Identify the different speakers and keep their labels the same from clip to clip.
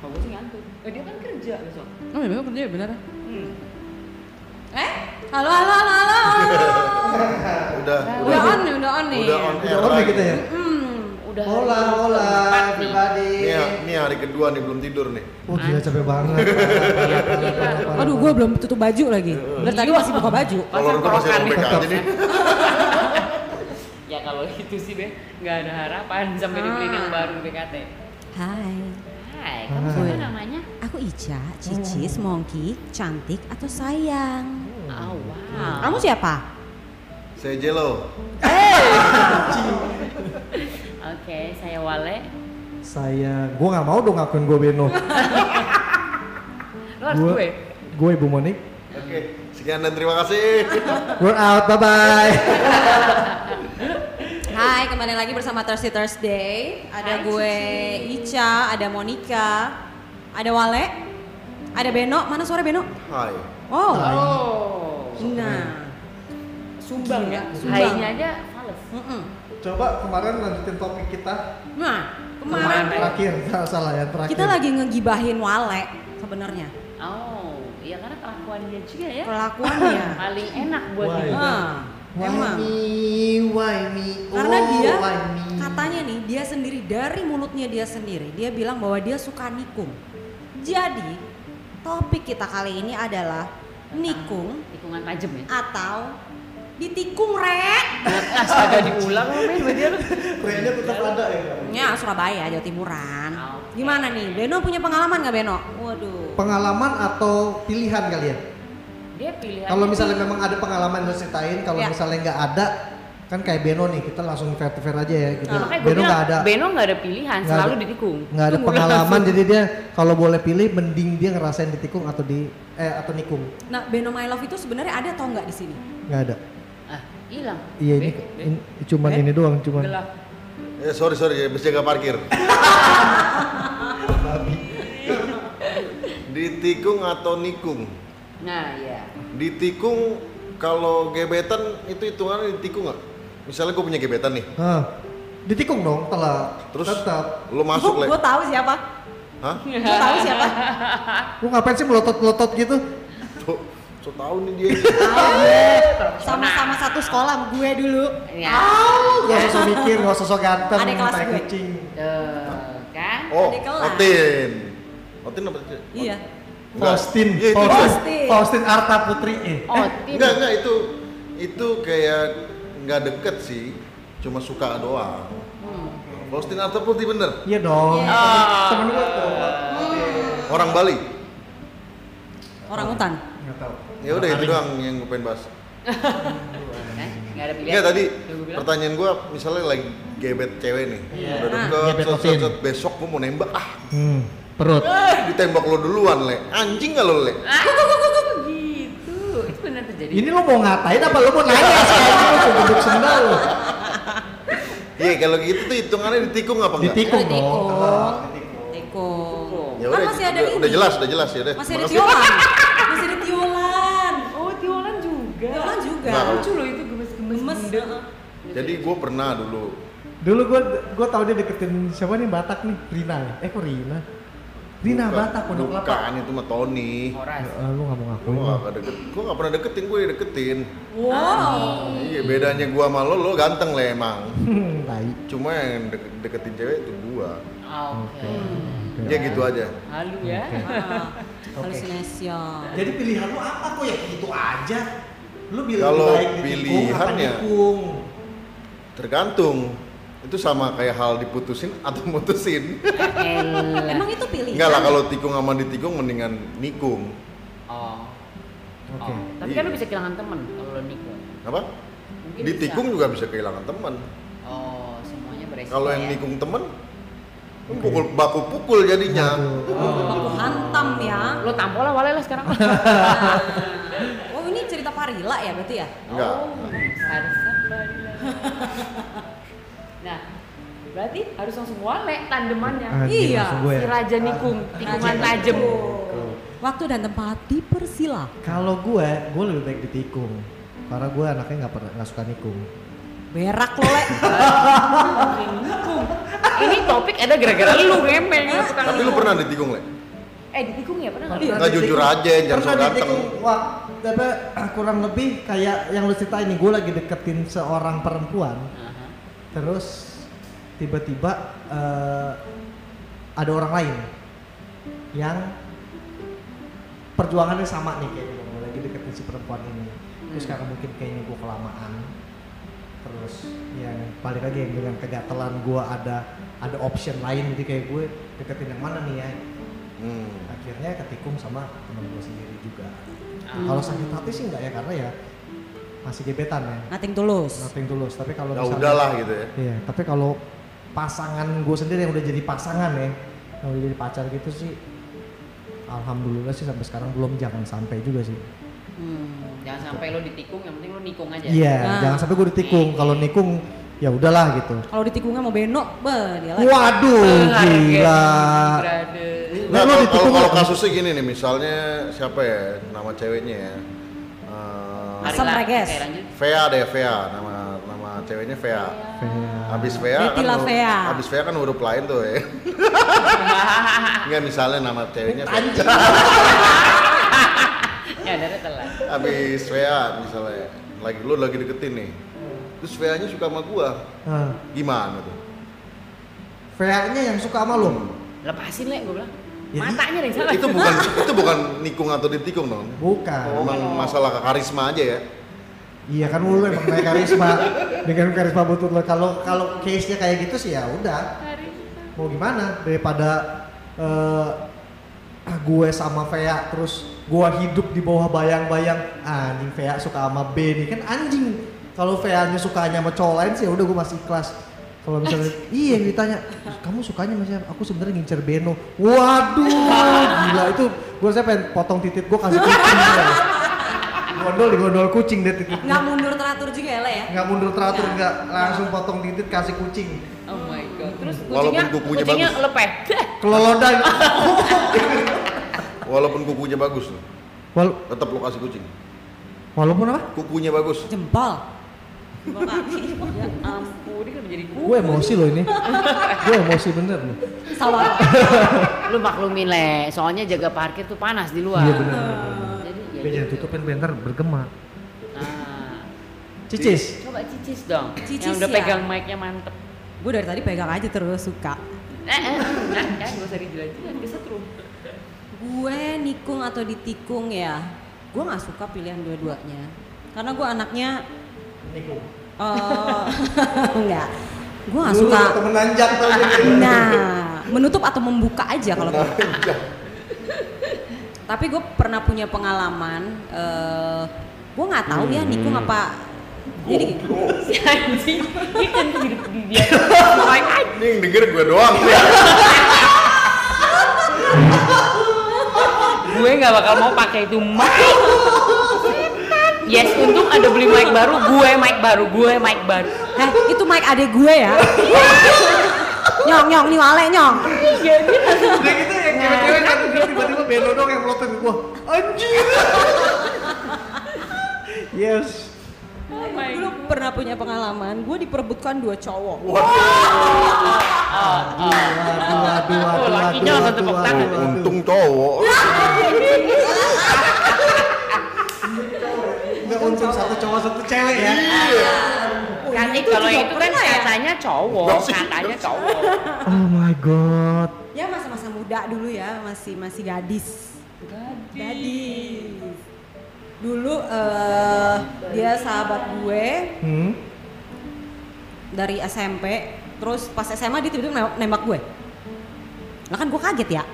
Speaker 1: ngantuk. Eh, dia kan kerja besok.
Speaker 2: Oh ya besok kerja ya benar.
Speaker 1: Hmm.
Speaker 2: Eh? Halo halo halo halo.
Speaker 3: Udah,
Speaker 2: udah on nih, udah on nih.
Speaker 3: udah on air
Speaker 4: Udah on ya
Speaker 3: lagi.
Speaker 4: kita ya?
Speaker 2: Hmm, udah.
Speaker 4: Hola,
Speaker 2: hari
Speaker 4: hola,
Speaker 2: keempat nih.
Speaker 4: everybody.
Speaker 3: Ini, ini hari kedua ya, nih belum tidur nih.
Speaker 4: Oh gila capek banget.
Speaker 1: Iya,
Speaker 4: Parah, parah, parah, parah,
Speaker 5: Aduh, gue
Speaker 4: parah.
Speaker 5: belum tutup baju lagi. Dari tadi masih buka baju.
Speaker 3: Kalau gue masih
Speaker 1: perokan.
Speaker 3: robek aja nih.
Speaker 1: Ya kalau itu sih deh, nggak ada harapan sampai dibeliin yang baru BKT.
Speaker 5: Hai,
Speaker 1: Hai, kamu
Speaker 4: Hai.
Speaker 1: siapa namanya?
Speaker 5: aku Ica, Cicis, Mongki, cantik atau sayang?
Speaker 4: Hmm.
Speaker 1: Oh, wow.
Speaker 5: Kamu siapa?
Speaker 3: Saya Jelo.
Speaker 1: Oke, saya Wale.
Speaker 4: Saya, gue nggak mau dong ngakuin gue Beno.
Speaker 1: Lo harus gue.
Speaker 4: Gue Ibu Monik.
Speaker 3: Oke, sekian dan terima kasih.
Speaker 4: We're out, bye bye.
Speaker 5: Hai, kembali lagi bersama Thursday Thursday. Ada
Speaker 1: Hai,
Speaker 5: gue Ica, ada Monica, ada Wale, ada Beno. Mana suara Beno?
Speaker 3: Hai.
Speaker 5: Oh,
Speaker 1: Oh.
Speaker 5: nah.
Speaker 1: Sumbang ya?
Speaker 5: Sumbang.
Speaker 1: Hainya aja fals.
Speaker 5: Mm-mm.
Speaker 4: Coba kemarin lanjutin topik kita
Speaker 5: Nah,
Speaker 1: Kemarin.
Speaker 5: kemarin
Speaker 4: terakhir, salah, salah ya terakhir.
Speaker 5: kita lagi ngegibahin Wale sebenarnya.
Speaker 1: Oh, ya karena kelakuan dia juga ya.
Speaker 4: Iya.
Speaker 5: Kelakuannya.
Speaker 1: Paling enak buat
Speaker 4: Why?
Speaker 1: dia.
Speaker 5: Ah,
Speaker 4: Why
Speaker 5: emang.
Speaker 4: me, why me, oh,
Speaker 5: Karena dia
Speaker 4: why me.
Speaker 5: katanya nih dia sendiri dari mulutnya dia sendiri dia bilang bahwa dia suka nikung. Jadi topik kita kali ini adalah nikung
Speaker 1: Tikungan tajam ya.
Speaker 5: atau ditikung rek.
Speaker 1: Astaga diulang lo men sama dia lo.
Speaker 4: Trennya tetap ada ya.
Speaker 5: Ya Surabaya Jawa Timuran.
Speaker 1: Oke.
Speaker 5: Gimana nih Beno punya pengalaman nggak Beno? Waduh.
Speaker 4: Pengalaman atau pilihan kalian?
Speaker 1: Dia pilihan.
Speaker 4: Kalau misalnya memang ada pengalaman yang ceritain, kalau
Speaker 5: Ya.
Speaker 4: misalnya nggak ada, kan kayak Beno nih, kita langsung fair to fair aja ya. Gitu.
Speaker 1: Nah, makanya gue
Speaker 4: Beno
Speaker 1: bilang,
Speaker 4: nggak ada,
Speaker 1: Beno nggak ada pilihan,
Speaker 4: Nggak
Speaker 1: selalu
Speaker 4: ada.
Speaker 1: ditikung.
Speaker 4: nggak ada
Speaker 1: Tunggu
Speaker 4: pengalaman,
Speaker 1: langsung.
Speaker 4: jadi dia kalau boleh pilih, mending dia ngerasain ditikung atau di eh atau nikung,
Speaker 5: Nah Beno My Love itu sebenarnya ada atau nggak di sini?
Speaker 4: nggak ada.
Speaker 1: Ah, hilang.
Speaker 4: Iya ini,
Speaker 1: Be- be-
Speaker 4: ini- cuman ini doang, cuman.
Speaker 1: gelap.
Speaker 3: Eh, sorry sorry, habis jaga parkir. Ditikung atau nikung?
Speaker 1: Nah, iya.
Speaker 3: Ditikung kalau gebetan itu hitungannya ditikung nggak? Misalnya gue punya gebetan nih,
Speaker 4: Hah. Ditikung dong, telah.
Speaker 3: terus
Speaker 4: tetap.
Speaker 3: lo masuk le,
Speaker 5: Gue tahu siapa.
Speaker 3: hah?
Speaker 5: Gue tahu siapa.
Speaker 4: Lu ngapain sih melotot-melotot gitu?
Speaker 3: So, so tau nih dia.
Speaker 1: Nah.
Speaker 5: Sama-sama satu sekolah gue dulu.
Speaker 1: Ya.
Speaker 4: Gak usah mikir, gak usah sok ganteng,
Speaker 5: Ada kelas
Speaker 4: kayak
Speaker 5: gue.
Speaker 4: kucing.
Speaker 1: Tuh, kan?
Speaker 3: Oh,
Speaker 5: Adik kelas.
Speaker 3: Otin. Otin apa sih?
Speaker 5: Iya.
Speaker 3: Enggak.
Speaker 4: Faustin,
Speaker 3: Iya, itu-
Speaker 4: Faustin, Faustin Arta Putri. Eh.
Speaker 1: Oh,
Speaker 3: Enggak, enggak itu itu kayak nggak deket sih, cuma suka doang.
Speaker 5: Hmm.
Speaker 3: Faustin Arta Putri bener,
Speaker 4: Iya dong.
Speaker 5: Iya.
Speaker 4: Temen gue tuh.
Speaker 3: orang Bali.
Speaker 5: Orang hutan.
Speaker 4: Nggak tahu.
Speaker 3: Ya udah itu doang yang gue pengen
Speaker 5: Iya,
Speaker 3: bahas.
Speaker 1: Eh, Enggak ada pilihan.
Speaker 3: Enggak tadi
Speaker 1: Yang gua bilang,
Speaker 3: pertanyaan gue misalnya lagi gebet cewek nih, udah
Speaker 5: Nah.
Speaker 3: deket,
Speaker 4: Gebet
Speaker 3: set, set,
Speaker 4: Otin.
Speaker 3: set, besok gue mau nembak, ah
Speaker 4: Hmm, perut.
Speaker 3: ditembak lo duluan le, anjing gak lo le?
Speaker 1: Ah, kok, kok, kok, kok, gitu. Itu benar terjadi.
Speaker 4: Ini lo mau ngatain apa lo mau nanya sekarang lo tuh duduk sendal lo.
Speaker 3: Iya kalau gitu tuh hitungannya ditikung apa enggak?
Speaker 4: Ditikung dong.
Speaker 5: Tikung.
Speaker 4: Ah,
Speaker 5: Tikung.
Speaker 3: Ya
Speaker 5: Kan
Speaker 3: udah,
Speaker 5: Oh. masih ada
Speaker 3: udah,
Speaker 5: ini.
Speaker 3: udah jelas, udah jelas ya deh.
Speaker 5: Masih ada tiolan. Masih ada tiolan.
Speaker 1: Oh, Tiolan juga.
Speaker 5: Tiolan juga.
Speaker 3: Nah.
Speaker 1: Lucu loh itu gemes-gemes.
Speaker 5: Gemes.
Speaker 1: bunda.
Speaker 3: Jadi gue pernah dulu
Speaker 4: Dulu gue gue tau dia deketin siapa nih Batak nih Rina. ya? Eh kok Rina? Rina
Speaker 3: Bukan-
Speaker 4: Batak Pondok Kelapa.
Speaker 3: Bukan itu mah Tony.
Speaker 1: Horas.
Speaker 4: Eh, Lu nggak mau
Speaker 3: Gue
Speaker 4: ngakuin lo.
Speaker 3: gak deket, gue gak pernah deketin, gue deketin
Speaker 5: Wow.
Speaker 3: Iya bedanya gue sama lo, lo ganteng lah emang
Speaker 4: Hmm, tai.
Speaker 3: Cuma yang deket- deketin cewek itu gue
Speaker 1: Oke.
Speaker 3: Ya gitu aja
Speaker 1: Halu ya.
Speaker 5: Ah, Halusination.
Speaker 4: Jadi pilihan lu apa kok ya gitu aja? Lu
Speaker 3: Kalau ya?
Speaker 4: ditikung apa
Speaker 3: pilihannya-
Speaker 4: nikung?
Speaker 3: Tergantung Itu sama kayak hal diputusin atau mutusin
Speaker 1: Elah.
Speaker 5: Emang itu
Speaker 1: Iya.
Speaker 5: kan? pilihan?
Speaker 3: Enggak lah kalau tikung sama ditikung mendingan nikung
Speaker 1: Oh.
Speaker 4: Oke.
Speaker 1: Oh. Tapi kan lu bisa kehilangan temen kalau lo nikung.
Speaker 3: Apa?
Speaker 1: Mungkin
Speaker 3: Ditikung
Speaker 1: bisa.
Speaker 3: juga bisa kehilangan teman
Speaker 1: Oh, semuanya beresiko.
Speaker 3: Kalau
Speaker 1: ya.
Speaker 3: yang nikung teman pukul baku pukul jadinya
Speaker 5: Aku hantam ya.
Speaker 1: Lo tampol lah wale lah sekarang.
Speaker 5: Nah. Oh ini cerita Parila ya berarti ya?
Speaker 3: Enggak
Speaker 1: Oh, Harusnya Barilla. Nah, berarti harus langsung wale tandemannya.
Speaker 4: Ah,
Speaker 5: Iya,
Speaker 4: maksud gue ya.
Speaker 1: Si Raja Nikung, tikungan
Speaker 5: Raja
Speaker 1: tajem.
Speaker 5: Nah, Waktu dan tempat dipersilakan.
Speaker 4: Kalau gue, gue lebih baik ditikung. Karena gue anaknya nggak pernah nggak suka nikung.
Speaker 5: Berak lo lek.
Speaker 1: Nikung. Ini topik ada gara-gara lu ngemeng lu tukang
Speaker 3: Tapi lu
Speaker 1: nikung.
Speaker 3: pernah ditikung, Le?
Speaker 6: eh ditikung ya pernah nggak?
Speaker 4: Iya.
Speaker 3: Nggak jujur aja, jangan sok
Speaker 4: Pernah
Speaker 3: ganteng.
Speaker 4: ditikung, Wah, apa, kurang lebih kayak yang lu ceritain nih, gue lagi deketin seorang perempuan.
Speaker 1: Aha.
Speaker 4: Terus tiba-tiba eh, ada orang lain yang perjuangannya sama nih kayak gue lagi deketin si perempuan ini.
Speaker 3: Hmm.
Speaker 4: Terus karena mungkin kayaknya gue kelamaan. Terus ya balik lagi dengan kegatelan gue ada ada option lain jadi kayak gue deketin yang mana nih ya
Speaker 3: Hmm.
Speaker 4: akhirnya ketikung sama temen gue sendiri juga
Speaker 1: Ah.
Speaker 4: kalau sakit hati sih enggak ya karena ya masih gebetan ya
Speaker 5: Nothing tulus.
Speaker 4: nothing tulus tapi kalau
Speaker 3: Ya
Speaker 4: misalnya-
Speaker 3: udahlah gitu ya.
Speaker 4: iya tapi kalau pasangan gue sendiri yang udah jadi pasangan ya yang udah jadi pacar gitu sih alhamdulillah sih sampai sekarang belum jangan sampai juga sih
Speaker 1: Hmm, jangan sampai lo ditikung, yang penting lo nikung aja.
Speaker 4: iya
Speaker 5: Ah.
Speaker 4: jangan sampai gue ditikung kalau nikung ya udahlah gitu
Speaker 5: Kalau ditikungnya mau benok, bah dia Iya lagi. Iya
Speaker 4: waduh gila
Speaker 3: Ini-
Speaker 1: Brother.
Speaker 3: Nah,
Speaker 4: Lah, lu
Speaker 3: kalau-
Speaker 4: ditikung
Speaker 3: kalau kalau
Speaker 4: apa?
Speaker 3: kasusnya gini nih, misalnya siapa ya nama ceweknya ya? Eh,
Speaker 5: Asam
Speaker 1: Marilah,
Speaker 5: reges.
Speaker 1: oke, lanjut.
Speaker 3: Vea deh Vea, nama nama ceweknya Vea. Habis Vea
Speaker 5: Betty
Speaker 3: kan, huruf-
Speaker 5: Lavea.
Speaker 3: habis Vea kan huruf lain tuh ya. Enggak misalnya nama ceweknya Vea.
Speaker 1: Ya, darah telat.
Speaker 3: Habis Vea misalnya, lagi lu lagi deketin nih. Terus Vea-nya suka sama gua.
Speaker 4: nah,
Speaker 3: Gimana tuh?
Speaker 4: VA-nya yang suka sama lo
Speaker 3: Hmm.
Speaker 1: Lepasin lek gue bilang.
Speaker 4: Ya,
Speaker 1: Matanya yang salah.
Speaker 3: Itu bukan itu bukan nikung atau ditikung dong.
Speaker 4: bukan
Speaker 3: Emang masalah karisma aja ya.
Speaker 4: Iya kan lu emang kayak karisma dengan karisma butuh lo. Kalau kalau case nya kayak gitu sih ya udah mau gimana daripada eh, ah, gue sama Vea terus gue hidup di bawah bayang-bayang Ah, anjing Vea suka sama B nih kan anjing kalau Vea nya sukanya sama cowok lain sih ya udah gue masih ikhlas kalau misalnya iya yang ditanya kamu sukanya sama siapa aku sebenarnya ngincer Beno waduh gila itu gue saya pengen potong titik gue kasih kucing gondol di gondol kucing deh titik
Speaker 5: Nggak mundur teratur juga ya, Le ya.
Speaker 4: nggak mundur teratur nggak langsung potong titik kasih kucing
Speaker 1: Oh my god. Terus
Speaker 3: Walaupun
Speaker 1: kucingnya,
Speaker 3: kukunya
Speaker 1: kucingnya
Speaker 3: bagus.
Speaker 1: lepeh.
Speaker 4: kelolodan
Speaker 3: Walaupun kukunya bagus tuh,
Speaker 4: Wal-
Speaker 3: tetap lo kasih kucing.
Speaker 4: walaupun apa
Speaker 3: Kukunya bagus.
Speaker 5: Jempol. um, Jempol kaki.
Speaker 1: Ya ampun, dia kan menjadi kuku.
Speaker 4: gue emosi loh ini gue emosi bener loh
Speaker 5: Salah.
Speaker 1: Lu maklumin lek, soalnya jaga parkir tuh panas di luar.
Speaker 4: iya bener bener,
Speaker 1: Jadi ya
Speaker 4: bener Be, jangan
Speaker 1: gitu.
Speaker 4: tutupin bentar
Speaker 1: Nah,
Speaker 4: bergema cicis
Speaker 1: coba cicis dong.
Speaker 5: Cicis
Speaker 1: yang udah
Speaker 5: ya.
Speaker 1: pegang mic-nya mantep.
Speaker 5: Gue dari tadi pegang aja terus suka.
Speaker 1: Eh, eh, nah, kan gak usah dijelajahin, kesetrum.
Speaker 5: Gue nikung atau ditikung ya. Gue nggak suka pilihan dua-duanya. Karena gue anaknya eh enggak. Gue nggak suka.
Speaker 4: menanjak tau
Speaker 5: Nah, menutup atau membuka aja kalau gua. Tapi gue pernah punya pengalaman. eh gue nggak tahu ya nikung apa. Jadi
Speaker 1: Si anjing, dia kan jadi di dia. Mic aja.
Speaker 3: Ini yang denger gue doang.
Speaker 1: Gue gak bakal mau pakai itu mic. Yes, untung ada beli mic baru, gue mic baru, gue mic baru.
Speaker 5: Eh, itu mic adek gue ya. nyong, nyong, nih wale nyong.
Speaker 4: udah gitu yang cewek-cewek kan dia tiba-tiba belo dong yang melotot gue anjir yes
Speaker 5: Gue dulu pernah punya pengalaman, gue diperebutkan dua cowok.
Speaker 4: waduh waduh waduh
Speaker 1: Oh,
Speaker 4: waduh
Speaker 1: lakinya langsung tepuk tangan.
Speaker 4: waduh, waduh.
Speaker 3: Untung cowok.
Speaker 4: nggak untung satu cowok satu cewek ya
Speaker 1: Iya. Kan
Speaker 5: Oh, iya, Nah, itu
Speaker 1: kalau
Speaker 5: juga
Speaker 1: itu kan
Speaker 5: pernah ya?
Speaker 1: katanya cowok, katanya cowok.
Speaker 4: oh my god
Speaker 5: Ya masa-masa muda dulu ya, masih masih gadis. Gadis. Dulu eh, dia sahabat gue
Speaker 4: hmm
Speaker 5: dari SMP, terus pas SMA dia tiba-tiba nembak, nembak gue. Lah kan gue kaget ya.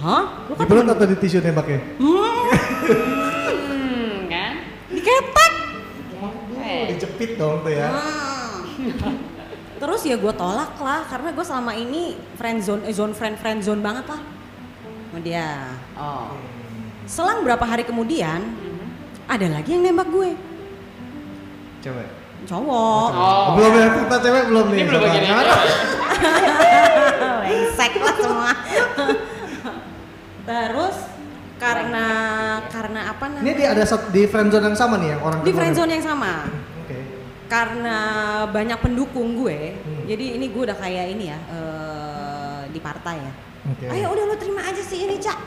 Speaker 5: Hah? Lu
Speaker 4: di
Speaker 5: kan
Speaker 4: perut atau di tisu nembaknya
Speaker 1: Hmm, kan?
Speaker 5: diketek.
Speaker 1: Eh.
Speaker 4: dijepit dong tuh ya
Speaker 5: Hmm. Terus ya gue tolak lah karena gue selama ini friend zone, eh, zone friend friend zone banget lah. sama dia.
Speaker 1: Oh.
Speaker 5: Selang berapa hari kemudian ada lagi yang nembak gue,
Speaker 4: cewek
Speaker 5: cowok.
Speaker 1: Oh.
Speaker 4: belum ya kita cewek belum nih
Speaker 1: Ini belum bagian ini.
Speaker 4: Sabar.
Speaker 5: Brengsek lah semua. Terus karena karena apa
Speaker 4: ini
Speaker 5: namanya?
Speaker 4: dia ada sat- di friendzone yang sama nih yang orang
Speaker 5: Di
Speaker 4: kedua.
Speaker 5: friend zone yang sama.
Speaker 4: oke
Speaker 5: Karena banyak pendukung gue,
Speaker 4: Hmm.
Speaker 5: jadi ini gue udah kayak ini ya eh, di partai ya.
Speaker 4: oke
Speaker 5: Ayo udah lu terima aja sih ini cak.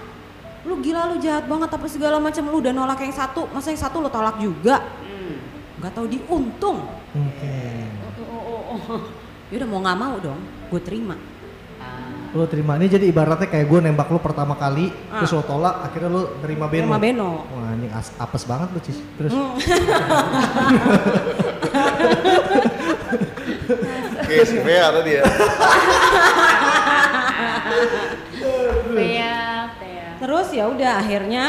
Speaker 5: lu gila lu jahat banget tapi segala macam lu udah nolak yang satu masa yang satu lu tolak juga
Speaker 1: Hmm.
Speaker 5: nggak tahu diuntung
Speaker 4: Oke.
Speaker 2: Oh, oh, oh, oh.
Speaker 5: ya udah mau nggak mau dong gue terima
Speaker 4: Lu terima ini jadi ibaratnya kayak gue nembak lu pertama kali,
Speaker 5: Ah.
Speaker 4: terus lu tolak, akhirnya lu nerima beno.
Speaker 5: terima beno Hmm.
Speaker 4: Wah anjing as- apes banget lu Cis. Terus
Speaker 3: Kayak si Bea tadi ya.
Speaker 1: Tea, Tea.
Speaker 5: terus ya udah akhirnya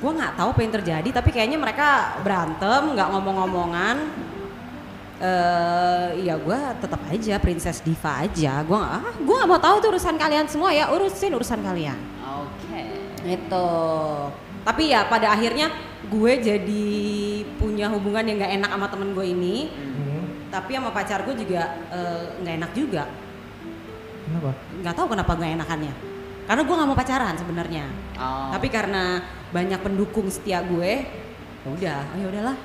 Speaker 5: gue nggak tahu apa yang terjadi tapi kayaknya mereka berantem nggak ngomong-ngomongan eh ya gue tetap aja princess diva aja gue nggak ah, gue nggak mau tahu tuh urusan kalian semua ya urusin urusan kalian
Speaker 1: Oke.
Speaker 5: itu Gitu. tapi ya pada akhirnya gue jadi punya hubungan yang nggak enak sama temen gue ini
Speaker 4: hmm,
Speaker 5: tapi sama pacar gue juga eh, nggak enak juga
Speaker 4: kenapa?
Speaker 5: nggak tahu kenapa gue enakannya karena gue nggak mau pacaran sebenarnya
Speaker 1: Oh.
Speaker 5: tapi karena banyak pendukung setia gue ya udah oh ya udahlah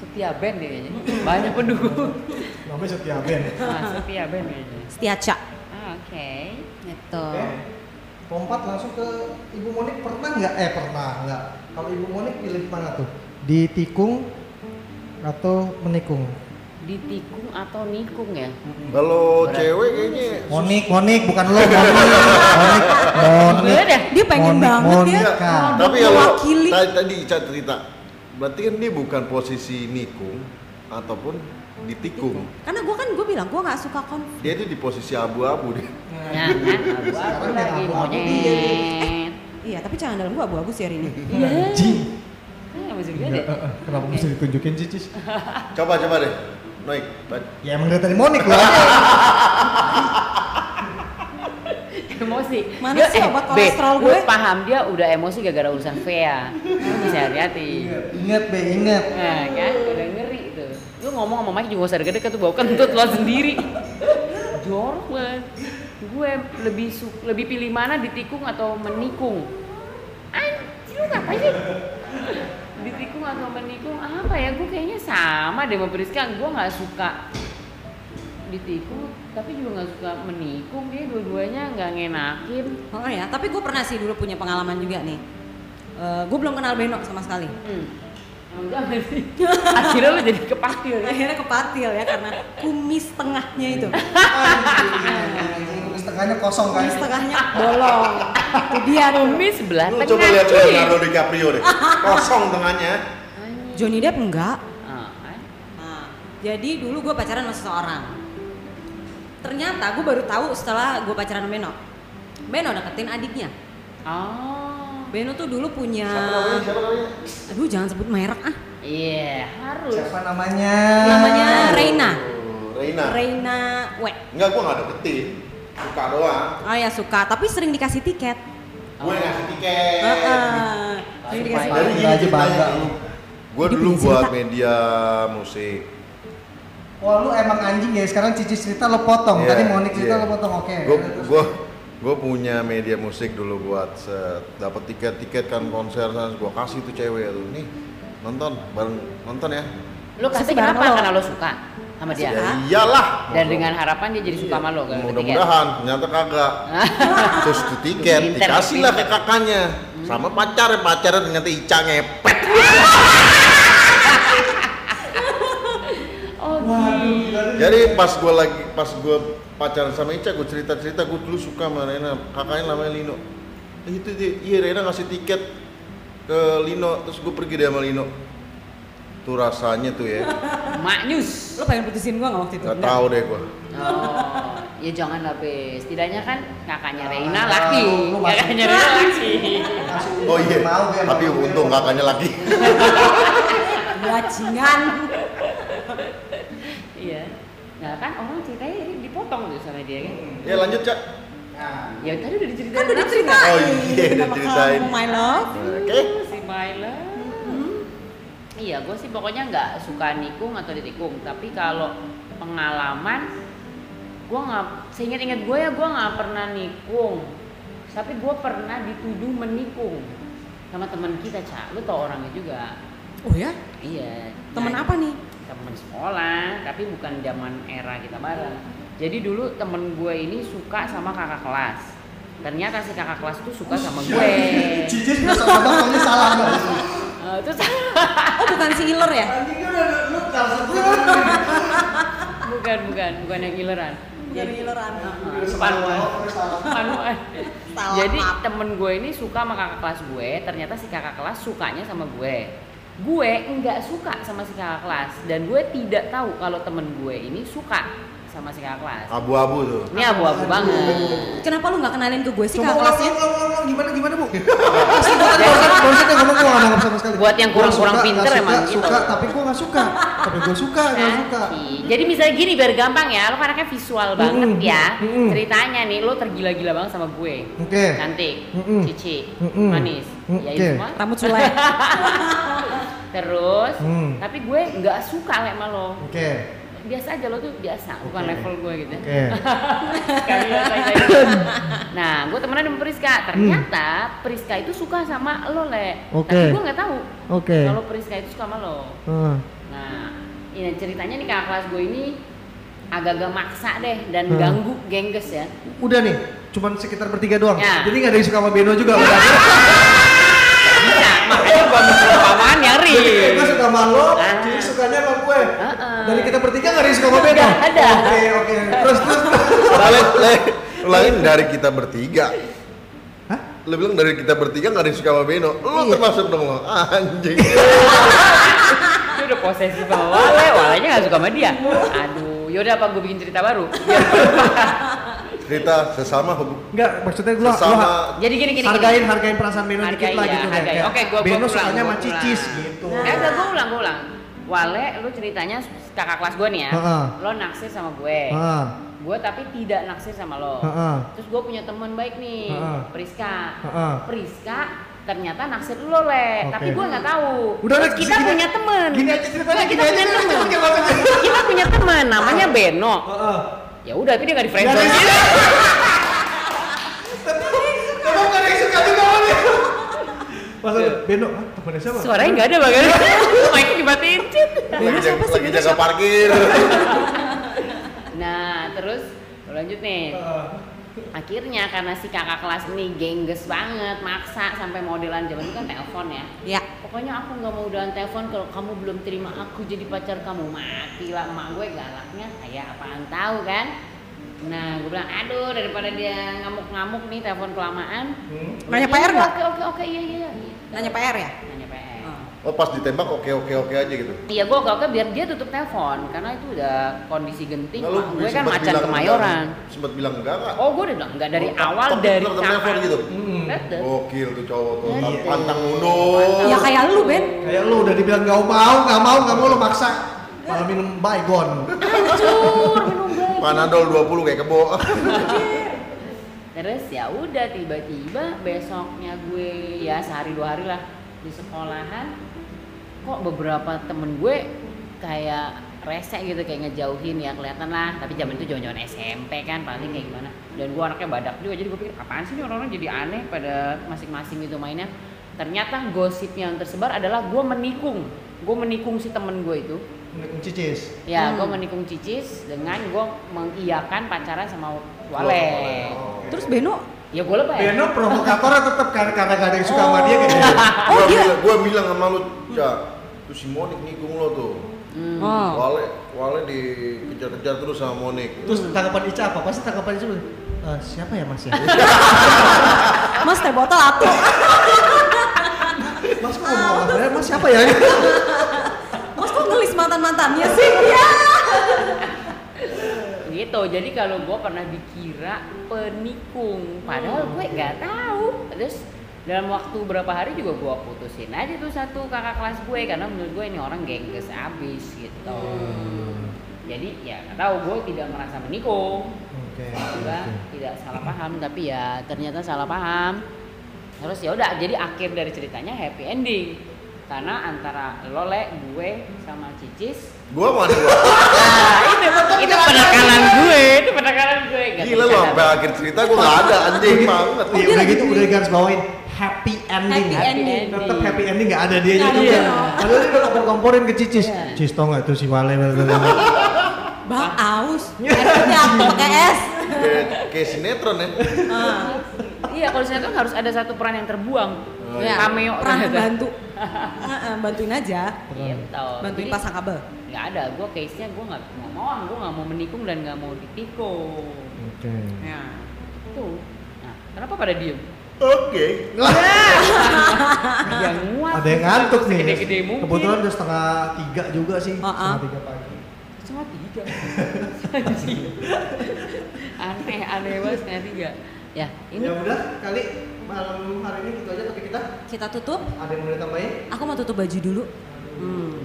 Speaker 1: setia band deh kayaknya. Banyak pendukung.
Speaker 4: Namanya Setia Ben.
Speaker 1: Nah, setia band kayaknya.
Speaker 5: setia cak
Speaker 1: Ah, Oke.
Speaker 5: gitu
Speaker 4: Oke. Lompat langsung ke Ibu Monik pernah nggak? Eh pernah nggak? Kalau Ibu Monik pilih mana tuh? Ditikung atau menikung?
Speaker 1: Ditikung atau nikung ya?
Speaker 3: Kalau cewek kayaknya
Speaker 4: Monik, Monik bukan lo, Monik, Monik, Monik.
Speaker 1: Gue dah.
Speaker 5: Eh, dia pengen
Speaker 4: Monik,
Speaker 5: banget ya
Speaker 4: Monik, Kak.
Speaker 3: Iya, tapi ya kalau
Speaker 5: Mewakili.
Speaker 3: tadi, tadi Ica cerita, berarti kan dia bukan posisi nikung ataupun ditikung.
Speaker 5: karena gue kan gue bilang gue nggak suka konflik
Speaker 3: Dia itu di posisi abu-abu deh.
Speaker 1: Nah, kan abu-abu
Speaker 4: Sekarang
Speaker 1: lagi
Speaker 4: yang abu-abu dia nih.
Speaker 1: monyet.
Speaker 5: iya tapi jangan dalam gue abu-abu sih hari ini
Speaker 4: Anjing.
Speaker 1: Nah, maksud
Speaker 4: Iya.
Speaker 1: gue deh.
Speaker 4: eh, Kenapa mesti ditunjukin sih, Cis?
Speaker 3: Coba coba deh. Noik, ba-
Speaker 4: Ya emang dari tadi Monik lah.
Speaker 1: emosi
Speaker 5: Mana
Speaker 1: Dia-
Speaker 5: sih obat
Speaker 1: eh, Be,
Speaker 5: kolesterol
Speaker 1: lu
Speaker 5: gue?
Speaker 1: paham dia udah emosi gara-gara urusan Vea lu bisa hati-hati
Speaker 4: Ingat, Be, ingat.
Speaker 1: nah kan udah ngeri tuh lu ngomong sama Mike juga gak usah deket-deket tuh bau kentut lo sendiri jorok banget gue lebih su- lebih pilih mana ditikung atau menikung anjir lu ngapain sih ditikung atau menikung apa ya gue kayaknya sama deh sama Priska gue nggak suka ditikung tapi juga nggak suka menikung dia dua-duanya nggak ngenakin
Speaker 5: oh ya tapi gue pernah sih dulu punya pengalaman juga nih gue belum kenal Beno sama sekali
Speaker 1: Hmm. Jangan sih. Akhirnya lu jadi kepatil ya.
Speaker 5: akhirnya kepatil ya karena kumis tengahnya itu
Speaker 4: Anjing, setengahnya kosong kan.
Speaker 5: kumis tengahnya bolong itu dia tuh
Speaker 1: Kumis sebelah
Speaker 3: Lu
Speaker 1: tengah.
Speaker 3: coba lihat
Speaker 1: cuy.
Speaker 3: Leonardo DiCaprio deh. Kosong tengahnya.
Speaker 5: Johnny Depp enggak
Speaker 1: Ah, ah.
Speaker 5: Nah, jadi dulu gue pacaran sama seseorang. Ternyata gue baru tahu setelah gue pacaran sama Beno. Beno deketin adiknya.
Speaker 1: Oh.
Speaker 5: Beno tuh dulu punya,
Speaker 3: Siapa namanya? Siapa namanya?
Speaker 5: aduh jangan sebut merek ah,
Speaker 1: Iya, harus.
Speaker 4: Siapa namanya?
Speaker 5: namanya Reina.
Speaker 3: Oh, Reina.
Speaker 5: Reina W.
Speaker 3: Enggak, gua nggak deketin. Suka doang.
Speaker 5: Oh ya suka, tapi sering dikasih tiket.
Speaker 3: Gue ngasih tiket.
Speaker 5: Heeh.
Speaker 1: Supaya-
Speaker 5: Sering dikasih
Speaker 3: Jadi
Speaker 5: tiket.
Speaker 4: Kita
Speaker 3: gini
Speaker 4: aja bangga
Speaker 3: ceritanya.
Speaker 4: lu.
Speaker 3: Gue
Speaker 5: Jadi
Speaker 3: dulu
Speaker 5: punya
Speaker 3: buat
Speaker 5: cerita.
Speaker 3: media musik.
Speaker 4: Wah lu emang anjing ya, sekarang Cici cerita lo potong,
Speaker 3: Iya,
Speaker 4: tadi Monik cerita
Speaker 3: iya.
Speaker 4: lo potong, oke.
Speaker 3: Gue gue gue punya media musik dulu buat set. Dapat tiket-tiket kan konser sana gue kasih tuh cewek tuh nih nonton bareng nonton ya.
Speaker 1: Lu kasih
Speaker 5: Sebarang
Speaker 1: kenapa?
Speaker 5: lo.
Speaker 1: Karena lu suka sama dia.
Speaker 5: Suka.
Speaker 3: Ya iyalah.
Speaker 1: Iya. Dan dengan harapan dia jadi suka sama lo kan.
Speaker 3: Mudah-mudahan ternyata kagak. Terus tuh tiket
Speaker 1: Pinter,
Speaker 3: dikasih lah ke
Speaker 1: pinter.
Speaker 3: kakaknya. Sama pacarnya, pacarnya ternyata Ica ngepet.
Speaker 1: Oh,
Speaker 4: Waduh, gila lu.
Speaker 3: Jadi pas gue lagi pas gue pacaran sama Ica, gue cerita-cerita gue dulu suka sama Rena. Kakaknya namanya Lino. Eh, Itu dia, iya Rena ngasih tiket ke Lino, terus gue pergi deh sama Lino. Tuh rasanya tuh ya,
Speaker 1: maknyus.
Speaker 5: Lo pengen putusin gue nggak waktu itu?
Speaker 3: nggak tahu deh gue.
Speaker 1: Oh, ya jangan lah, Be. Setidaknya kan kakaknya Reina
Speaker 4: Ah,
Speaker 1: laki.
Speaker 4: lu- lu masih-
Speaker 1: Kakaknya Reina laki.
Speaker 4: Kasih
Speaker 3: Oh iya,
Speaker 4: mau gue,
Speaker 3: tapi
Speaker 4: mau gue.
Speaker 3: untung kakaknya lagi.
Speaker 5: Bajingan.
Speaker 1: Iya. Nah kan orang ceritanya jadi dipotong tuh sama dia kan.
Speaker 3: Ya lanjut Cak.
Speaker 4: Nah,
Speaker 1: Ya tadi udah diceritain.
Speaker 5: Kan udah
Speaker 1: langsung.
Speaker 5: diceritain.
Speaker 3: Oh iya, udah
Speaker 5: sama
Speaker 3: ceritain.
Speaker 5: kamu, Oh, My love.
Speaker 3: Oke.
Speaker 1: Hmm, si Myla. Iya, gue sih pokoknya nggak suka nikung atau ditikung. Tapi kalau pengalaman, gue nggak, seingat-ingat gue ya gue nggak pernah nikung. Tapi gue pernah dituduh menikung sama teman kita cak. Lu tau orangnya juga.
Speaker 5: Oh ya,
Speaker 1: Iya.
Speaker 5: temen
Speaker 1: Nah,
Speaker 5: apa nih?
Speaker 1: temen sekolah tapi bukan zaman era kita bareng jadi dulu temen gue ini suka sama kakak kelas ternyata si kakak kelas tuh suka sama gue
Speaker 4: Cicis nggak sama bapaknya salah banget.
Speaker 1: Eh, terus
Speaker 5: Oh bukan si Iler ya?
Speaker 4: Anjingnya udah lu kasar gue.
Speaker 1: bukan bukan bukan yang ileran
Speaker 5: Bukan Ileran.
Speaker 1: Panuan. Panuan.
Speaker 5: Salah
Speaker 1: Jadi
Speaker 5: paham.
Speaker 1: temen gue ini suka sama kakak kelas gue, ternyata si kakak kelas sukanya sama gue. Gue nggak suka sama si kakak kelas dan gue tidak tahu kalau temen gue ini suka sama si kakak kelas.
Speaker 3: Abu-abu tuh.
Speaker 1: Ini abu-abu banget.
Speaker 5: Kenapa lu nggak kenalin ke gue sih
Speaker 4: Coba
Speaker 5: kakak
Speaker 4: ulang,
Speaker 5: kelasnya?
Speaker 4: ulang, ulang, ulang, gimana, gimana bu? Asli, gua tadi barusan, barusan dia ngomong gue gak nangkep sama sekali.
Speaker 1: Buat yang
Speaker 4: Gua
Speaker 1: kurang-kurang
Speaker 4: suka,
Speaker 1: pinter
Speaker 4: gak
Speaker 1: emang
Speaker 4: suka,
Speaker 1: gitu.
Speaker 4: Suka, tapi gue gak suka. Tapi gue suka, gak suka.
Speaker 1: Asik. Jadi misalnya gini biar gampang ya, lo kan anaknya visual banget
Speaker 4: Mm-mm.
Speaker 1: ya.
Speaker 4: Mm-mm.
Speaker 1: Ceritanya nih lo tergila-gila banget sama gue.
Speaker 4: Oke.
Speaker 1: Cantik,
Speaker 4: Mm-mm.
Speaker 1: cici,
Speaker 4: Mm-mm.
Speaker 1: manis, ya itu
Speaker 4: Oke.
Speaker 1: semua.
Speaker 5: Rambut sulai.
Speaker 1: Terus,
Speaker 4: Hmm.
Speaker 1: tapi gue nggak suka lek sama lo.
Speaker 4: Oke,
Speaker 1: biasa aja lo tuh biasa bukan
Speaker 4: Oke.
Speaker 1: level gue gitu
Speaker 4: oke.
Speaker 1: Sekali lagi, sekali lagi. nah gue temenan sama Priska
Speaker 4: Hmm.
Speaker 1: ternyata Priska itu suka sama lo le
Speaker 4: Oke.
Speaker 1: tapi gue nggak tahu
Speaker 4: Oke.
Speaker 1: kalau Priska itu suka sama lo
Speaker 4: Ah,
Speaker 1: nah ini ceritanya nih kakak kelas gue ini agak-agak maksa deh dan
Speaker 4: Hmm.
Speaker 1: ganggu gengges ya
Speaker 4: Udah nih, cuman sekitar bertiga doang.
Speaker 1: Ya.
Speaker 4: Jadi gak ada yang suka sama Beno juga. Udah.
Speaker 1: nah makanya gue mikir paman yang
Speaker 4: Jadi
Speaker 1: real
Speaker 4: gue suka sama lo,
Speaker 1: Iya. Ah.
Speaker 4: jadi sukanya sama gue.
Speaker 1: Heeh.
Speaker 4: Dari kita bertiga gak ada yang suka sama Beno.
Speaker 1: Nggak ada.
Speaker 4: Oke, oke. Terus, terus.
Speaker 3: Lain, lain dari kita bertiga.
Speaker 4: Hah?
Speaker 3: Lu bilang dari kita bertiga gak ada yang suka sama Beno. Lu termasuk dong lo. Anjing.
Speaker 1: dia udah posesif sama Wale Walenya nggak suka sama dia aduh yaudah apa gue bikin cerita baru
Speaker 3: Cerita sesama hubung
Speaker 4: Enggak, maksudnya gue
Speaker 3: sesama
Speaker 1: jadi gini gini gini.
Speaker 4: hargain hargain perasaan Beno dikit
Speaker 1: Hargain,
Speaker 4: lah
Speaker 1: ya,
Speaker 4: gitu
Speaker 1: hargain.
Speaker 4: kayak
Speaker 1: Oke, gua- gua
Speaker 4: Beno
Speaker 1: pulang,
Speaker 4: sukanya
Speaker 1: gua
Speaker 4: sama
Speaker 1: pulang.
Speaker 4: Cicis gitu
Speaker 1: Eh, enggak, gue ulang, gue ulang. Wale, lu ceritanya kakak kelas gue nih ya,
Speaker 4: Heeh.
Speaker 1: lo naksir sama gue.
Speaker 4: Heeh.
Speaker 1: Gue tapi tidak naksir sama lo.
Speaker 4: Heeh.
Speaker 1: Terus gue punya teman baik nih,
Speaker 4: Heeh.
Speaker 1: Priska.
Speaker 4: Heeh.
Speaker 1: Priska ternyata naksir lo le,
Speaker 4: Oke.
Speaker 1: tapi gue nggak tahu.
Speaker 4: Udah lah,
Speaker 1: Terus kita
Speaker 4: gini-
Speaker 1: punya teman.
Speaker 4: Gini aja ceritanya,
Speaker 1: Nah,
Speaker 4: gini
Speaker 1: kita
Speaker 4: aja
Speaker 1: punya
Speaker 4: ceritanya.
Speaker 1: teman.
Speaker 4: Gak apa-apa.
Speaker 1: Kita punya teman, namanya Beno.
Speaker 4: Heeh.
Speaker 1: Ya udah, tapi dia nggak di
Speaker 4: Gak ada
Speaker 1: friendzone.
Speaker 4: yang suka. Tetep gak ada yang suka juga sama dia. Pas ada, Beno, ah, temennya siapa?
Speaker 1: Suaranya nggak ada bahkan. Mic-nya dimatiin. Cit.
Speaker 3: lagi jaga, lagi jaga parkir.
Speaker 1: Nah, terus lanjut nih.
Speaker 4: Heeh.
Speaker 1: akhirnya karena si kakak kelas ini gengges banget maksa sampai modelan zaman itu kan telepon ya
Speaker 5: Ya.
Speaker 1: pokoknya aku nggak mau udahan telepon kalau kamu belum terima aku jadi pacar kamu mati lah emak gue galaknya kayak apaan tahu kan nah gue bilang aduh daripada dia ngamuk-ngamuk nih telepon kelamaan
Speaker 4: Hmm.
Speaker 5: Nanya
Speaker 1: Iya,
Speaker 5: PR nggak?
Speaker 1: oke oke oke iya iya iya.
Speaker 5: Nanya PR ya?
Speaker 1: nanya PR
Speaker 5: Oh.
Speaker 3: Oh pas ditembak oke oke oke aja gitu.
Speaker 1: Iya gue oke oke biar dia tutup telepon karena itu udah kondisi genting.
Speaker 3: Lalu
Speaker 1: Mak gue
Speaker 3: sempat
Speaker 1: kan macan
Speaker 3: bilang
Speaker 1: kemayoran.
Speaker 3: enggak, Sempat bilang enggak enggak.
Speaker 1: Oh gue udah bilang nggak dari
Speaker 3: Oh,
Speaker 1: awal
Speaker 3: tapi
Speaker 1: dari
Speaker 3: tetap telepon gitu.
Speaker 4: Hmm.
Speaker 1: Tetep.
Speaker 3: Gokil tuh cowok tuh.
Speaker 1: Iya.
Speaker 3: Pantang mundur.
Speaker 5: Ya kayak lu Ben.
Speaker 4: Kayak lu udah dibilang gak mau, gak mau, gak mau lu maksa. Malah minum baygon.
Speaker 1: Hancur minum gue.
Speaker 3: Panadol 20 kayak kebo.
Speaker 1: Terus ya udah tiba-tiba besoknya gue ya sehari dua hari lah di sekolahan kok beberapa temen gue kayak rese gitu kayak ngejauhin ya kelihatan lah tapi zaman itu zaman zaman SMP kan paling kayak gimana dan gue anaknya badak juga jadi gue pikir apaan sih nih orang-orang jadi aneh pada masing-masing gitu mainnya ternyata gosip yang tersebar adalah gue menikung gue menikung si temen gue itu
Speaker 4: Menikung Cicis.
Speaker 1: ya
Speaker 5: Hmm.
Speaker 1: gue menikung cicis dengan gue mengiyakan pacaran sama wale
Speaker 3: Wale,
Speaker 5: Terus Beno,
Speaker 1: ya gue lebay
Speaker 4: Beno provokatornya tetap karena karena gak ada yang suka sama dia kayak gitu.
Speaker 5: Oh,
Speaker 3: Ah, gua
Speaker 5: dia-
Speaker 3: bilang, gua bilang sama lu, Cak. Tuh si Monik nikung lo tuh.
Speaker 1: Hmm.
Speaker 5: Oh.
Speaker 3: Wale, Wale dikejar-kejar terus sama Monik.
Speaker 4: Terus tanggapan Ica apa? Pasti tanggapan Ica "Eh, siapa ya mas ya?
Speaker 5: Mas teh botol atuh.
Speaker 4: mas kok ngomong sama saya? mas siapa ya?
Speaker 5: Mas kok ngelis mantan-mantannya sih? Ya.
Speaker 1: gitu jadi kalau gue pernah dikira penikung padahal gue nggak tahu terus dalam waktu berapa hari juga gue putusin aja tuh satu kakak kelas gue karena menurut gue ini orang gengges abis gitu jadi ya nggak tahu gue tidak merasa menikung
Speaker 4: Oke.
Speaker 1: juga tidak salah paham tapi ya ternyata salah paham terus ya udah jadi akhir dari ceritanya happy ending karena antara lole gue sama cicis
Speaker 3: Gua mana gua?
Speaker 1: Nah, itu itu penekanan gue, itu penekanan gue. Gak bisa
Speaker 3: Gila lu
Speaker 1: dapet.
Speaker 3: sampai akhir cerita gua enggak ada anjing
Speaker 1: Oh,
Speaker 3: banget.
Speaker 4: Iya, udah gitu udah garis bawain happy ending.
Speaker 5: Happy
Speaker 1: Happy
Speaker 5: ending.
Speaker 1: ending.
Speaker 4: Tetap happy ending nggak ada dia
Speaker 5: Nggak ada
Speaker 4: juga.
Speaker 5: dia.
Speaker 4: Padahal dia udah kompor-komporin ke Cicis.
Speaker 1: Iya.
Speaker 4: Cis tau nggak tuh si Wale
Speaker 3: Iya.
Speaker 5: Bang aus. Mereknya aku pakai S.
Speaker 3: Kayak kayak sinetron ya.
Speaker 5: Ah.
Speaker 1: Iya, kalau di sinetron harus ada satu peran yang terbuang.
Speaker 3: Oh,
Speaker 1: iya. Cameo
Speaker 5: peran
Speaker 1: ternyata.
Speaker 5: bantu bantuin aja
Speaker 1: Gitu.
Speaker 5: bantuin
Speaker 1: Jadi,
Speaker 5: pasang kabel
Speaker 1: nggak ada gue case nya gue nggak mau mawang gue nggak mau menikung dan nggak mau ditikung
Speaker 4: Oke.
Speaker 1: nah tuh nah kenapa pada diem
Speaker 3: Oke.
Speaker 1: yang nguap
Speaker 4: Ada yang ngantuk nih.
Speaker 1: gede-gede mungkin
Speaker 4: Kebetulan udah setengah tiga juga sih,
Speaker 5: Ah, ah.
Speaker 4: setengah tiga pagi.
Speaker 1: cuma tiga Anjing. aneh aneh banget setengah tiga ya ini
Speaker 4: Ya udah, kali malam hari ini gitu aja tapi kita
Speaker 5: kita tutup
Speaker 4: ada yang mau ditambahin?
Speaker 5: aku mau tutup baju dulu hmm.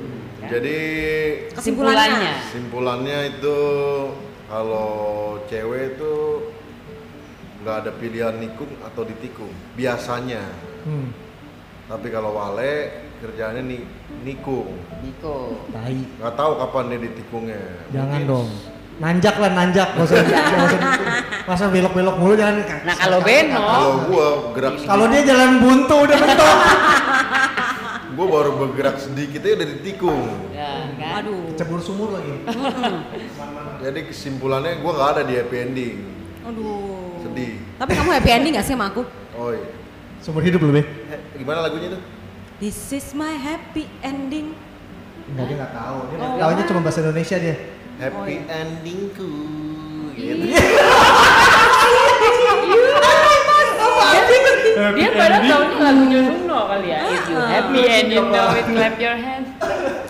Speaker 1: Ya.
Speaker 3: Jadi
Speaker 5: kesimpulannya
Speaker 1: Kesimpulannya.
Speaker 3: simpulannya itu kalau cewek itu nggak ada pilihan nikung atau ditikung biasanya.
Speaker 4: Hmm,
Speaker 3: Tapi kalau wale kerjaannya ni, nikung.
Speaker 1: Niko
Speaker 4: tai.
Speaker 3: Nggak tahu kapan dia ditikungnya.
Speaker 4: Jangan
Speaker 3: Mungkin
Speaker 4: dong. Nanjak lah nanjak, nggak usah nggak usah gitu. Masa belok-belok mulu jangan.
Speaker 1: Nah, kalau Beno-
Speaker 3: Kalau gua gerak
Speaker 4: kalau dia jalan buntu udah mentok.
Speaker 3: gua baru bergerak sedikit aja udah ditikung.
Speaker 1: ya kan
Speaker 5: aduh
Speaker 4: Cebur sumur lagi.
Speaker 3: Jadi kesimpulannya gua nggak ada di happy ending.
Speaker 5: aduh
Speaker 3: Sedih.
Speaker 5: tapi kamu happy ending gak sih sama aku
Speaker 3: Oh iya.
Speaker 4: Sumur hidup loh, Be.
Speaker 3: Eh, gimana lagunya tuh?
Speaker 5: this is my happy ending
Speaker 4: Enggak dia enggak tahu. Dia
Speaker 5: Oh.
Speaker 4: tahunya cuma bahasa Indonesia dia.
Speaker 3: Happy endingku. Gitu.
Speaker 1: dia padahal tahunnya lagunya Nuno kali ya if you
Speaker 5: Ah.
Speaker 1: happy and you know it clap your hands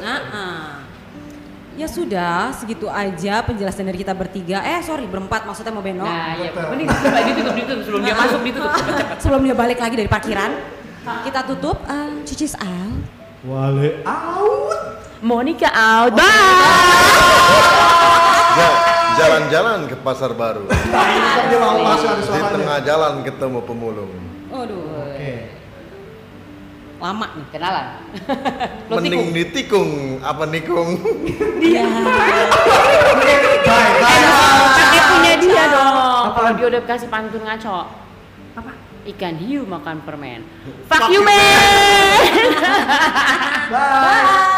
Speaker 5: Ah, ah. Ya sudah, segitu aja penjelasan dari kita bertiga. Eh, sorry, berempat maksudnya mau Beno.
Speaker 1: nah ya
Speaker 4: betul.
Speaker 1: mending ditutup aja, ditutup ditutup sebelum dia masuk ditutup cepet cepet
Speaker 5: Sebelum dia balik lagi dari parkiran, kita tutup eh, Cucis out.
Speaker 4: Wale out.
Speaker 1: Monica out bye
Speaker 3: Ja- Jalan-jalan ke pasar baru.
Speaker 4: Dia mau masuk ada
Speaker 3: Di
Speaker 4: suaranya.
Speaker 3: tengah jalan ketemu pemulung.
Speaker 5: Aduh,
Speaker 4: Oke.
Speaker 5: lama nih.
Speaker 1: kenalan lo tikung
Speaker 3: Mending ditikung apa nikung?
Speaker 5: Dia.
Speaker 4: Bye bye.
Speaker 1: Pakai punya dia dong.
Speaker 4: Apaan?
Speaker 1: Kalau dia udah kasih pantun ngaco. Apa? Ikan hiu makan permen. Fuck you man.
Speaker 4: Bye.